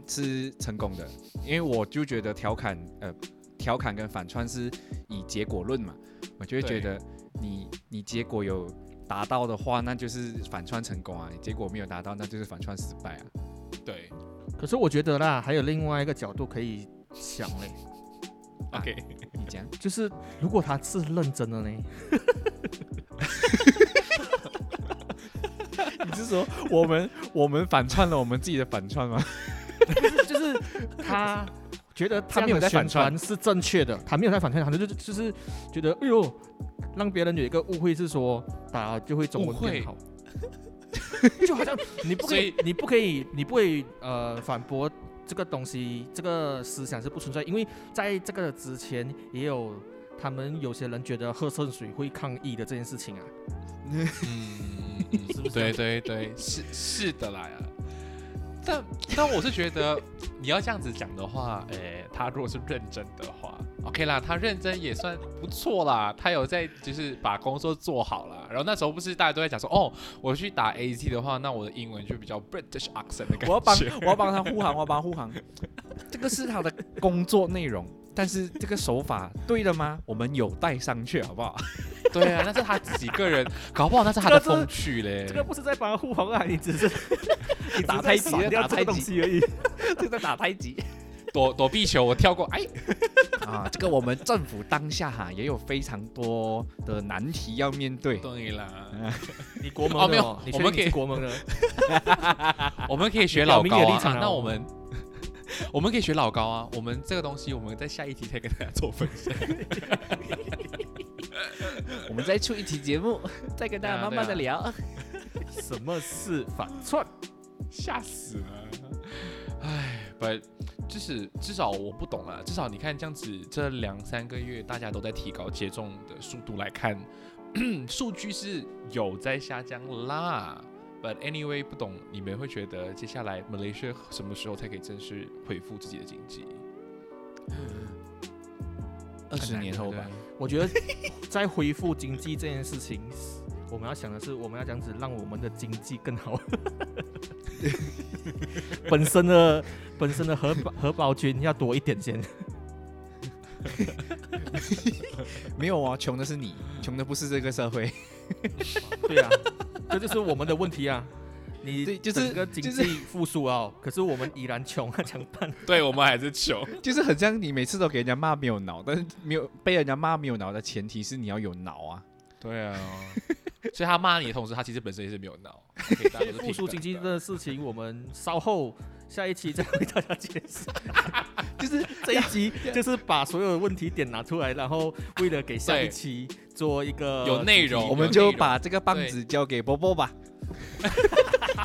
是成功的，因为我就觉得调侃呃调侃跟反串是以结果论嘛，我就会觉对得你你结果有达到的话，那就是反串成功啊；你结果没有达到，那就是反串失败啊。对可是我觉得啦，还有另外一个角度可以想嘞，啊，OK，你讲就是如果他是认真的呢？ 你是说我们我们反串了我们自己的反串吗？就是他觉得他没他没有有在在反宣串传是正确的，他没有在反串，他就就就是觉得哎呦，让别人有一个误会是说打了就会中文误会变好， 就好像你不可以，你不可以，你不会呃反驳这个东西，这个思想是不存在，因为在这个之前也有。他们有些人觉得喝圣水会抗议的这件事情啊，嗯，是不 是对对对，是是的啦。但但我是觉得，你要这样子讲的话，诶，他如果是认真的话，OK 啦，他认真也算不错啦，他有在就是把工作做好啦。然后那时候不是大家都在讲说，哦，我去打 AT 的话，那我的英文就比较 British accent 的感觉。我要帮我要帮他护航，我要帮他护航。 这个是他的工作内容，但是这个手法对的吗？我们有待商榷，好不 好？ 对啊，那是他自己个人，搞不好那是他的风趣嘞。这个不是在帮他护航啊，你只是你打打太太极极，了打打太太极 极而已。就在打太极。躲躲避球，我跳过，哎， 啊，这个我们政府当下哈、也有非常多的难题要面对。对啦，你国哦盟没的有哦，你我确们定可你以是国盟的， 我们可以学老高表明你的啊立场啊那我们 我们可以学老高啊。我们这个东西，我们在下一 集再跟大家做分享。我们再出一期节目， 再跟大家慢慢的聊。什么是反串？吓死了！唉，不，就是至少我不懂啊了。至少你看这样子，这两三个月大家都在提高接种的速度来看， 数据是有在下降啦。But anyway，不懂你们会觉得接下来 Malaysia 什么时候才可以正式恢复自己的经济？二十年后吧，我觉得在恢复经济这件事情，我们要想的是，我们要这样子让我们的经济更 好。本身的本身的荷包荷包菌要多一点先，没有啊，穷的是你，穷的不是这个社会。对啊，这就是我们的问题啊。你对就是整个经就是济复苏啊，可是我们依然穷啊，强 办？对我们还是穷。就是很像你每次都给人家骂没有脑，但是没有被人家骂没有脑的前提是你要有脑啊。对 啊，所以他骂你的同时，他其实本身也是没有闹。OK，大家都是复苏经济平等的，的事情，我们稍后下一期再为大家解释。 就是这一集就是把所有的问题点拿出来，然后为了给下一期做一个有内容呃我们就把这个棒子交给波波吧。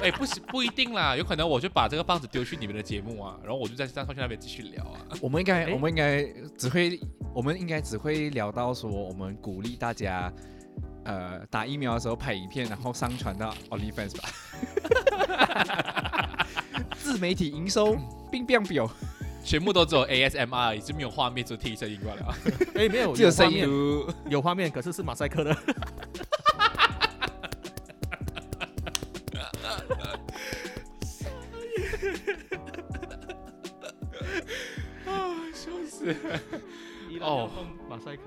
哎、不是不一定啦，有可能我就把这个棒子丢去你们的节目啊，然后我就在上上去那边继续聊啊。我们应该，诶我们应该只会，我们应该只会聊到说，我们鼓励大家，呃，打疫苗的时候拍影片，然后上传到 OnlyFans 吧。自媒体 营收并变表，全部都只有 ASMR，已经没有画面，只有听声音罢了啊。 哎没有只有画声音面，有画面，可是是马赛 克的。啊哦，马赛克，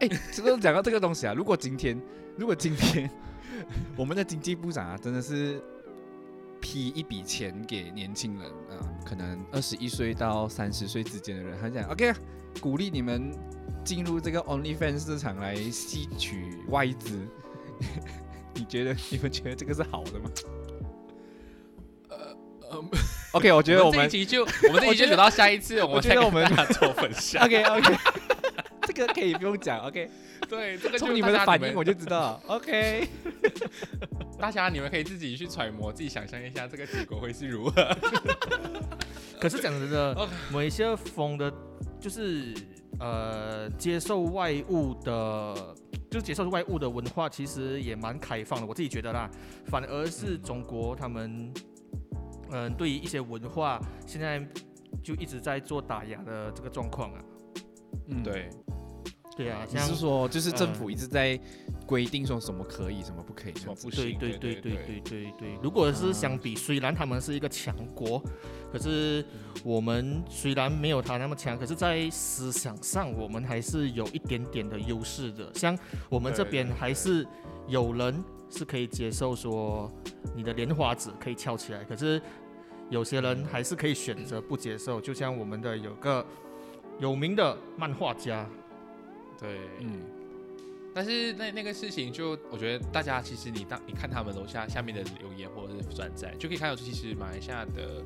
哎，这个讲到这个东西啊，如果今天，如果今天我们的经济部长啊，真的是批一笔钱给年轻人啊、可能二十一岁到三十岁之间的人，他讲 OK，啊鼓励你们进入这个 OnlyFans 市场来吸取外资。 你觉得你们觉得这个是好的吗？呃嗯，OK，我觉得我这一们集就我们这一集就留到下一次，我我们觉再得跟我们 大家做分享。 OK OK，这 个可以不用讲 OK，对，这个就从你们的大家反应我就知道 OK。大家你们可以自己去揣摩，自己想象一下这个结果会是如何。可是讲真的 OK，某一些风的，就是呃，接受外物的，就是接受外物的文化，其实也蛮开放的。我自己觉得啦，反而是中国他们，嗯、对于一些文化，现在就一直在做打压的这个状况啊。嗯，对，对啊，你像是说就是政府一直在规定说什么可以，什么不可以，什么不对行？对对对对对对对。如果是相比，虽然他们是一个强国，可是嗯我们虽然没有他那么强，可是在思想上我们还是有一点点的优势的。像我们这对边对还是有人是可以接受说你的莲花指可以翘起来，可是有些人还是可以选择不接受。就像我们的有个有名的漫画家，对，嗯，但是那那个事情就，我觉得大家其实你当你看他们楼下下面的留言或者是转载，就可以看到，其实马来西亚的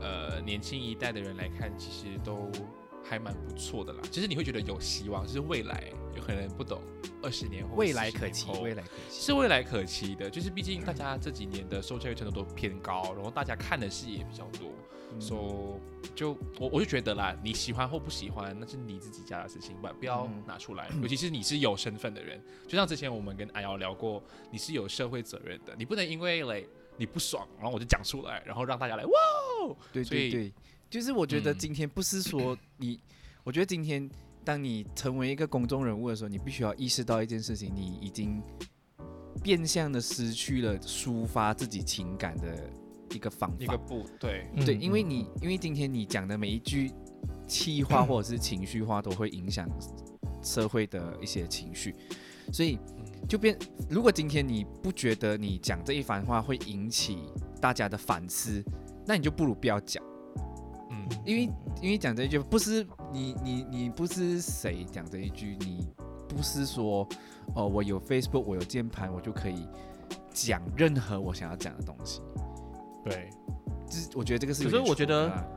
呃年轻一代的人来看，其实都还蛮不错的啦。其实你会觉得有希望，就是未来有可能不懂二十年后、未来40可年期，后未来可期。是未来可期的，就是毕竟大家这几年的受教育程度都偏高，然后大家看的视野也比较多，嗯所、以就我我就觉得啦，你喜欢或不喜欢那是你自己家的事情吧，不要嗯拿出来，尤其是你是有身份的人，就像之前我们跟阿瑶聊过，你是有社会责任的，你不能因为嘞你不爽，然后我就讲出来，然后让大家来哇，对所以对对，就是我觉得嗯今天不是说 你，我觉得今天当你成为一个公众人物的时候，你必须要意识到一件事情，你已经变相的失去了抒发自己情感的一个方一法个。不对，对，嗯因为你因为今天你讲的每一句气话或者是情绪化，都会影响社会的一些情绪，所以嗯就变。如果今天你不觉得你讲这一番话会引起大家的反思，那你就不如不要讲，嗯，因为因为讲这一句不是你你你不是谁讲这一句，你不是说哦我有 Facebook 我有键盘我就可以讲任何我想要讲的东西，对，就是我觉得这个是可有点啊是我觉错的得啦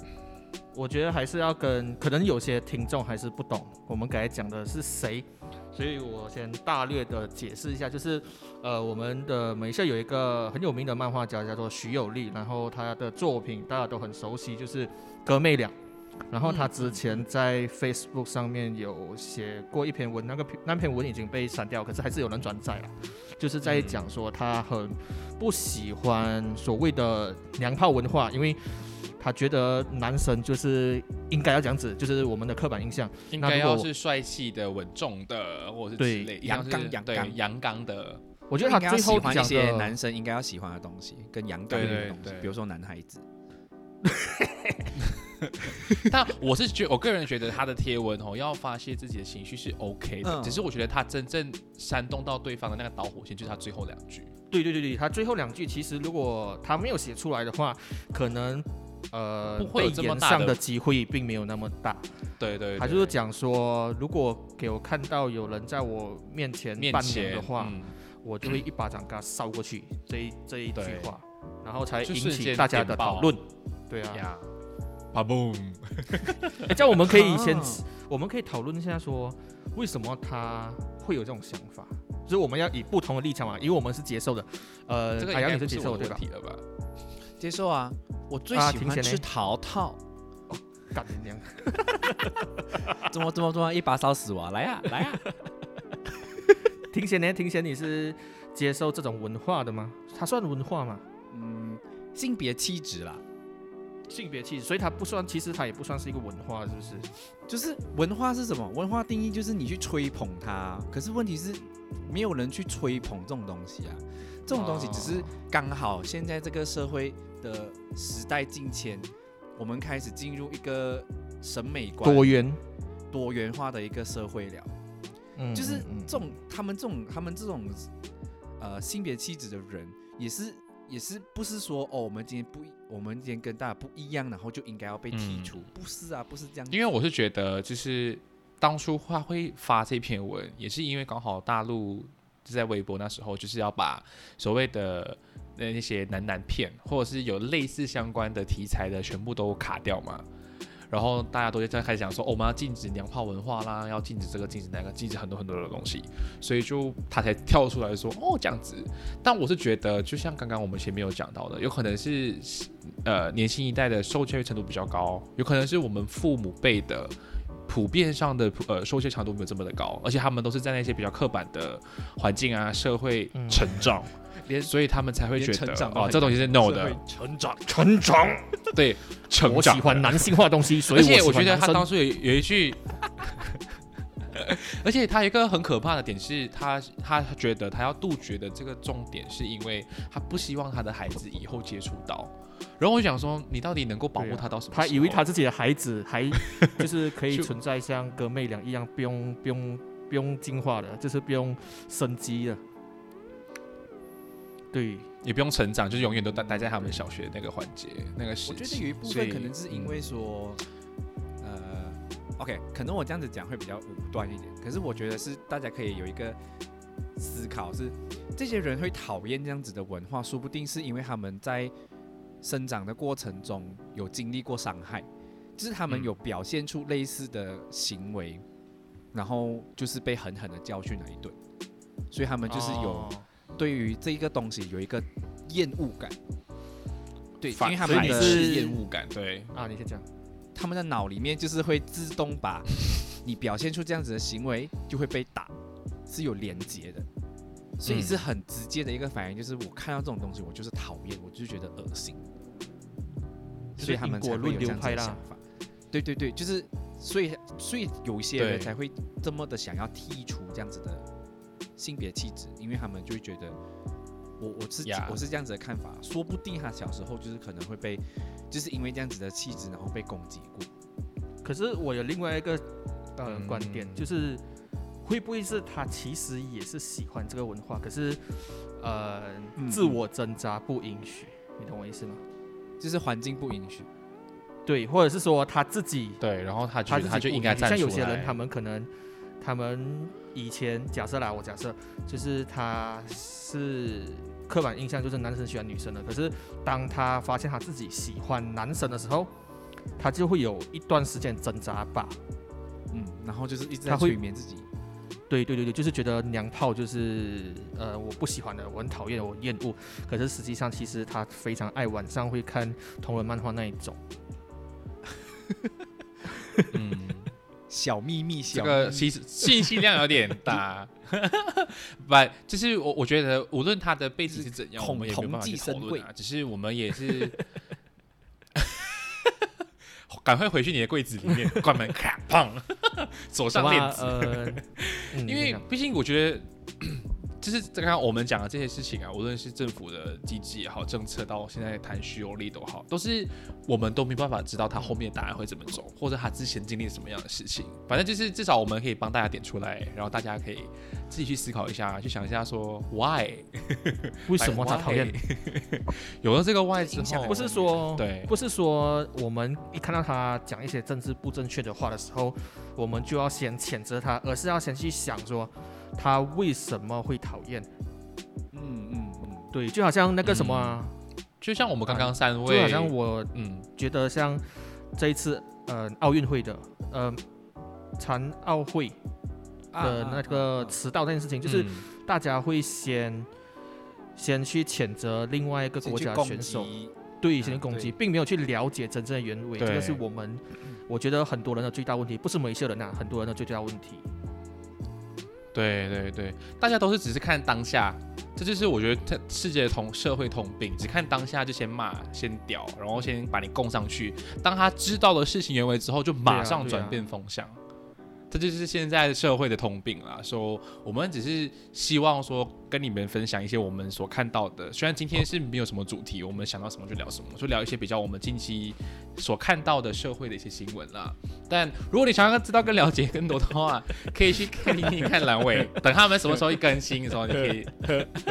我觉得还是要跟，可能有些听众还是不懂我们刚才讲的是谁，所以我先大略的解释一下，就是，呃，我们的美社有一个很有名的漫画家叫做徐有利，然后他的作品大家都很熟悉，就是《哥妹俩》，然后他之前在 Facebook 上面有写过一篇文，那个篇那篇文已经被删掉，可是还是有人转载了，就是在讲说他很不喜欢所谓的娘炮文化，因为他觉得男神就是应该要这样子，就是我们的刻板印象。应那该如果要我是帅气的、稳重的，或者是对之类，阳刚一样是阳对刚阳刚的，我觉得他最后应该要喜欢一讲些的男生应该要喜欢的东西，跟阳刚对的对东西对，比如说男孩子。 但我是觉，我个人觉得他的贴文哦，要发泄自己的情绪是 OK 的，嗯只是我觉得他真正煽动到对方的那个导火线，就是他最后两句。对对对对，他最后两句其实如果他没有写出来的话，可能呃不会有被这么延大的上的机会并没有那么大。对对他就是讲说，如果给我看到有人在我面前面扮娘前的话，嗯我就会一巴掌给他扫过去。这一这一句对话，然后才就引瞬起间大家的点爆讨论。对啊，呀，啪嘣， 诶这样我们可以啊先，我们可以讨论一下说，为什么他会有这种想法？就是我们要以不同的立场嘛，因为我们是接受的，呃，这个海应洋该也是不是接受我的的对问吧？题了吧？接受啊，我最啊喜挺欢显吃嘞桃桃，干你娘！怎么怎么怎么一把烧死我，来呀、来啊呀、庭贤呢？庭贤，你是接受这种文化的吗？它算文化吗？嗯，性别气质啦，性别气质，所以它不算，其实它也不算是一个文化，是不是？就是文化是什么？文化定义就是你去吹捧它，可是问题是没有人去吹捧这种东西啊，这种东西只哦是刚好现在这个社会的时代进前，我们开始进入一个审美观多元，多元化的一个社会了。嗯就是嗯嗯这种他们这种他们这种呃性别气质的人，也是也是不是说哦，我们今天不一我们今天跟大家不一样，然后就应该要被剔除？嗯不是啊，不是这样子。因为我是觉得，就是当初他会发这篇文，也是因为刚好大陆就在微博那时候，就是要把所谓的那那些男男片，或者是有类似相关的题材的，全部都卡掉嘛。然后大家都在开始讲说、哦我们要禁止娘炮文化啦，要禁止这个，禁止那个，禁止很多很多的东西，所以就他才跳出来说，哦，这样子。但我是觉得，就像刚刚我们前面有讲到的，有可能是呃年轻一代的受教育程度比较高，有可能是我们父母辈的。普遍上的呃受教育程度没有这么的高，而且他们都是在那些比较刻板的环境啊、社会嗯成长，连所以他们才会连觉成得长都哦，很这东西是 no 的，成长，成长。对，成我长喜欢的男性化的东西，所以而且我我觉喜欢得男他生当初有有一句， 而且他有一个很可怕的点是他，他觉得他要杜绝的这个重点，是因为他不希望他的孩子以后接触到。然后我想说，你到底能够保对护啊他到什么时候？他以为他自己的孩子还就是可 以就存在像哥妹俩一样，不用不用不用进化的，就是不用升级的。对，也不用成长，就是永远都待待在他们小学那个环节那个时我觉得期。有一部所以嗯分可能是因为说，呃，OK，可能我这样子讲会比较武断一点，可是我觉得是大家可以有一个思考是，这些人会讨厌这样子的文化，说不定是因为他们在生长的过程中有经历过伤害，就是他们嗯有表现出类似的行为，然后就是被狠狠的教训了一顿，所以他们就是有、哦对于这一个东西有一个厌恶感。对，因反为他所以们你的是厌恶感，对，啊，你先讲。他们的脑里面就是会自动把你表现出这样子的行为就会被打，是有连结的，所以嗯是很直接的一个反应，就是我看到这种东西，我就是讨厌，我就是觉得恶心，就是所以他们因果才会有论这流样子派的啦想法。对对对，就是所以所以有一些对人才会这么的想要剔除这样子的性别气质，因为他们就会觉得我我是 Yeah 我是这样子的看法，说不定他小时候就是可能会被就是因为这样子的气质，然后被攻击过。可是我有另外一个呃嗯观点，就是会不会是他其实也是喜欢这个文化，可是呃嗯自我挣扎不允许，你懂我意思吗？就是环境不允许。对，或者是说他自己对，然后他觉他得他就自己应不该同站出来。像有些人，他们可能他们以前假设啦，我假设就是他是刻板印象就是男生喜欢女生的，可是当他发现他自己喜欢男生的时候，他就会有一段时间挣扎吧。嗯，然后就是一直在他会催眠自己。对对对对，就是觉得娘炮就是呃我不喜欢的，我很讨厌，我厌恶。可是实际上其实他非常爱晚上会看同人漫画那一种。嗯。小秘这密，小个其实信息量有点大， 不，就是我我觉得无论他的背景是怎样，统我们也没有办法去讨统计论啊。只是我们也是 赶快回去你的柜子里面关门，咔砰，锁上链子。呃， 嗯因你为讲毕竟我觉得， 就是刚刚我们讲的这些事情啊，无论是政府的机制也好，政策到现在谈虚有力都好，都是我们都没办法知道他后面的答案会怎么走，或者他之前经历什么样的事情。反正就是至少我们可以帮大家点出来，然后大家可以自己去思考一下，去想一下说 why 为什么他讨厌 why？有了这个 why 之影响后，不是说对不是说我们一看到他讲一些政治不正确的话的时候，我们就要先谴责他，而是要先去想说他为什么会讨厌。嗯嗯嗯，对，就好像那个什么啊，就像我们刚刚三位，就好像我嗯觉得像这一次呃奥运会的呃残奥会啊的那个迟到这件事情，就是嗯大家会先。先去谴责另外一个国国家家的选选手手，，对，先嗯攻击，对并没有去了解真正的原委，这对个是我们，我觉得很多人的最大问题，不是某一些人呐、很多人的最大问题。对对对，大家都是只是看当下，这就是我觉得这世界的通社会通病，只看当下就先骂、先屌，然后先把你供上去。当他知道了事情原委之后，就马上对啊转变风向。这就是现在社会的通病啦。说我们只是希望说跟你们分享一些我们所看到的，虽然今天是没有什么主题，我们想到什么就聊什么，就聊一些比较我们近期所看到的社会的一些新闻啦。但如果你想要知道更了解更多的 话，可以去看听听看阑尾，等他们什么时候一更新的时候，你可以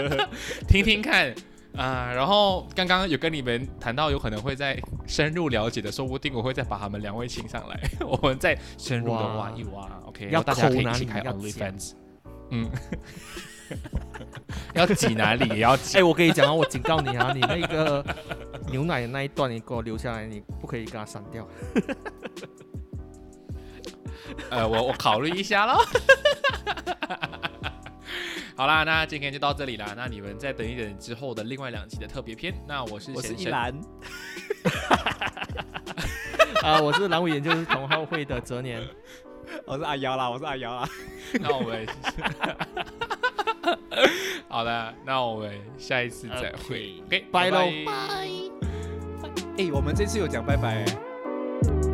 听听看啊、然后刚刚有跟你们谈到，有可能会再深入了解的，说不定我会再把他们两位请上来， 我们再深入的挖一挖。OK，要然后大家可抠以哪一起里开要 OnlyFans，嗯， 要挤哪里也要 哎、挤。我跟你讲啊，我警告你 啊，你那个牛奶的那一段你给我留下来，你不可以给它删掉。呃，我我考虑一下喽。 好啦，那今天就到这里啦。那你们再等一等之后的另外两集的特别篇。那我是我是先一生兰， 啊，我是蓝武研究同好会的哲年，我是阿瑶啦，我是阿瑶啦。那我 们好了，那我们下一次再会，OK，拜拜喽拜。哎、我们这次有讲拜拜、欸。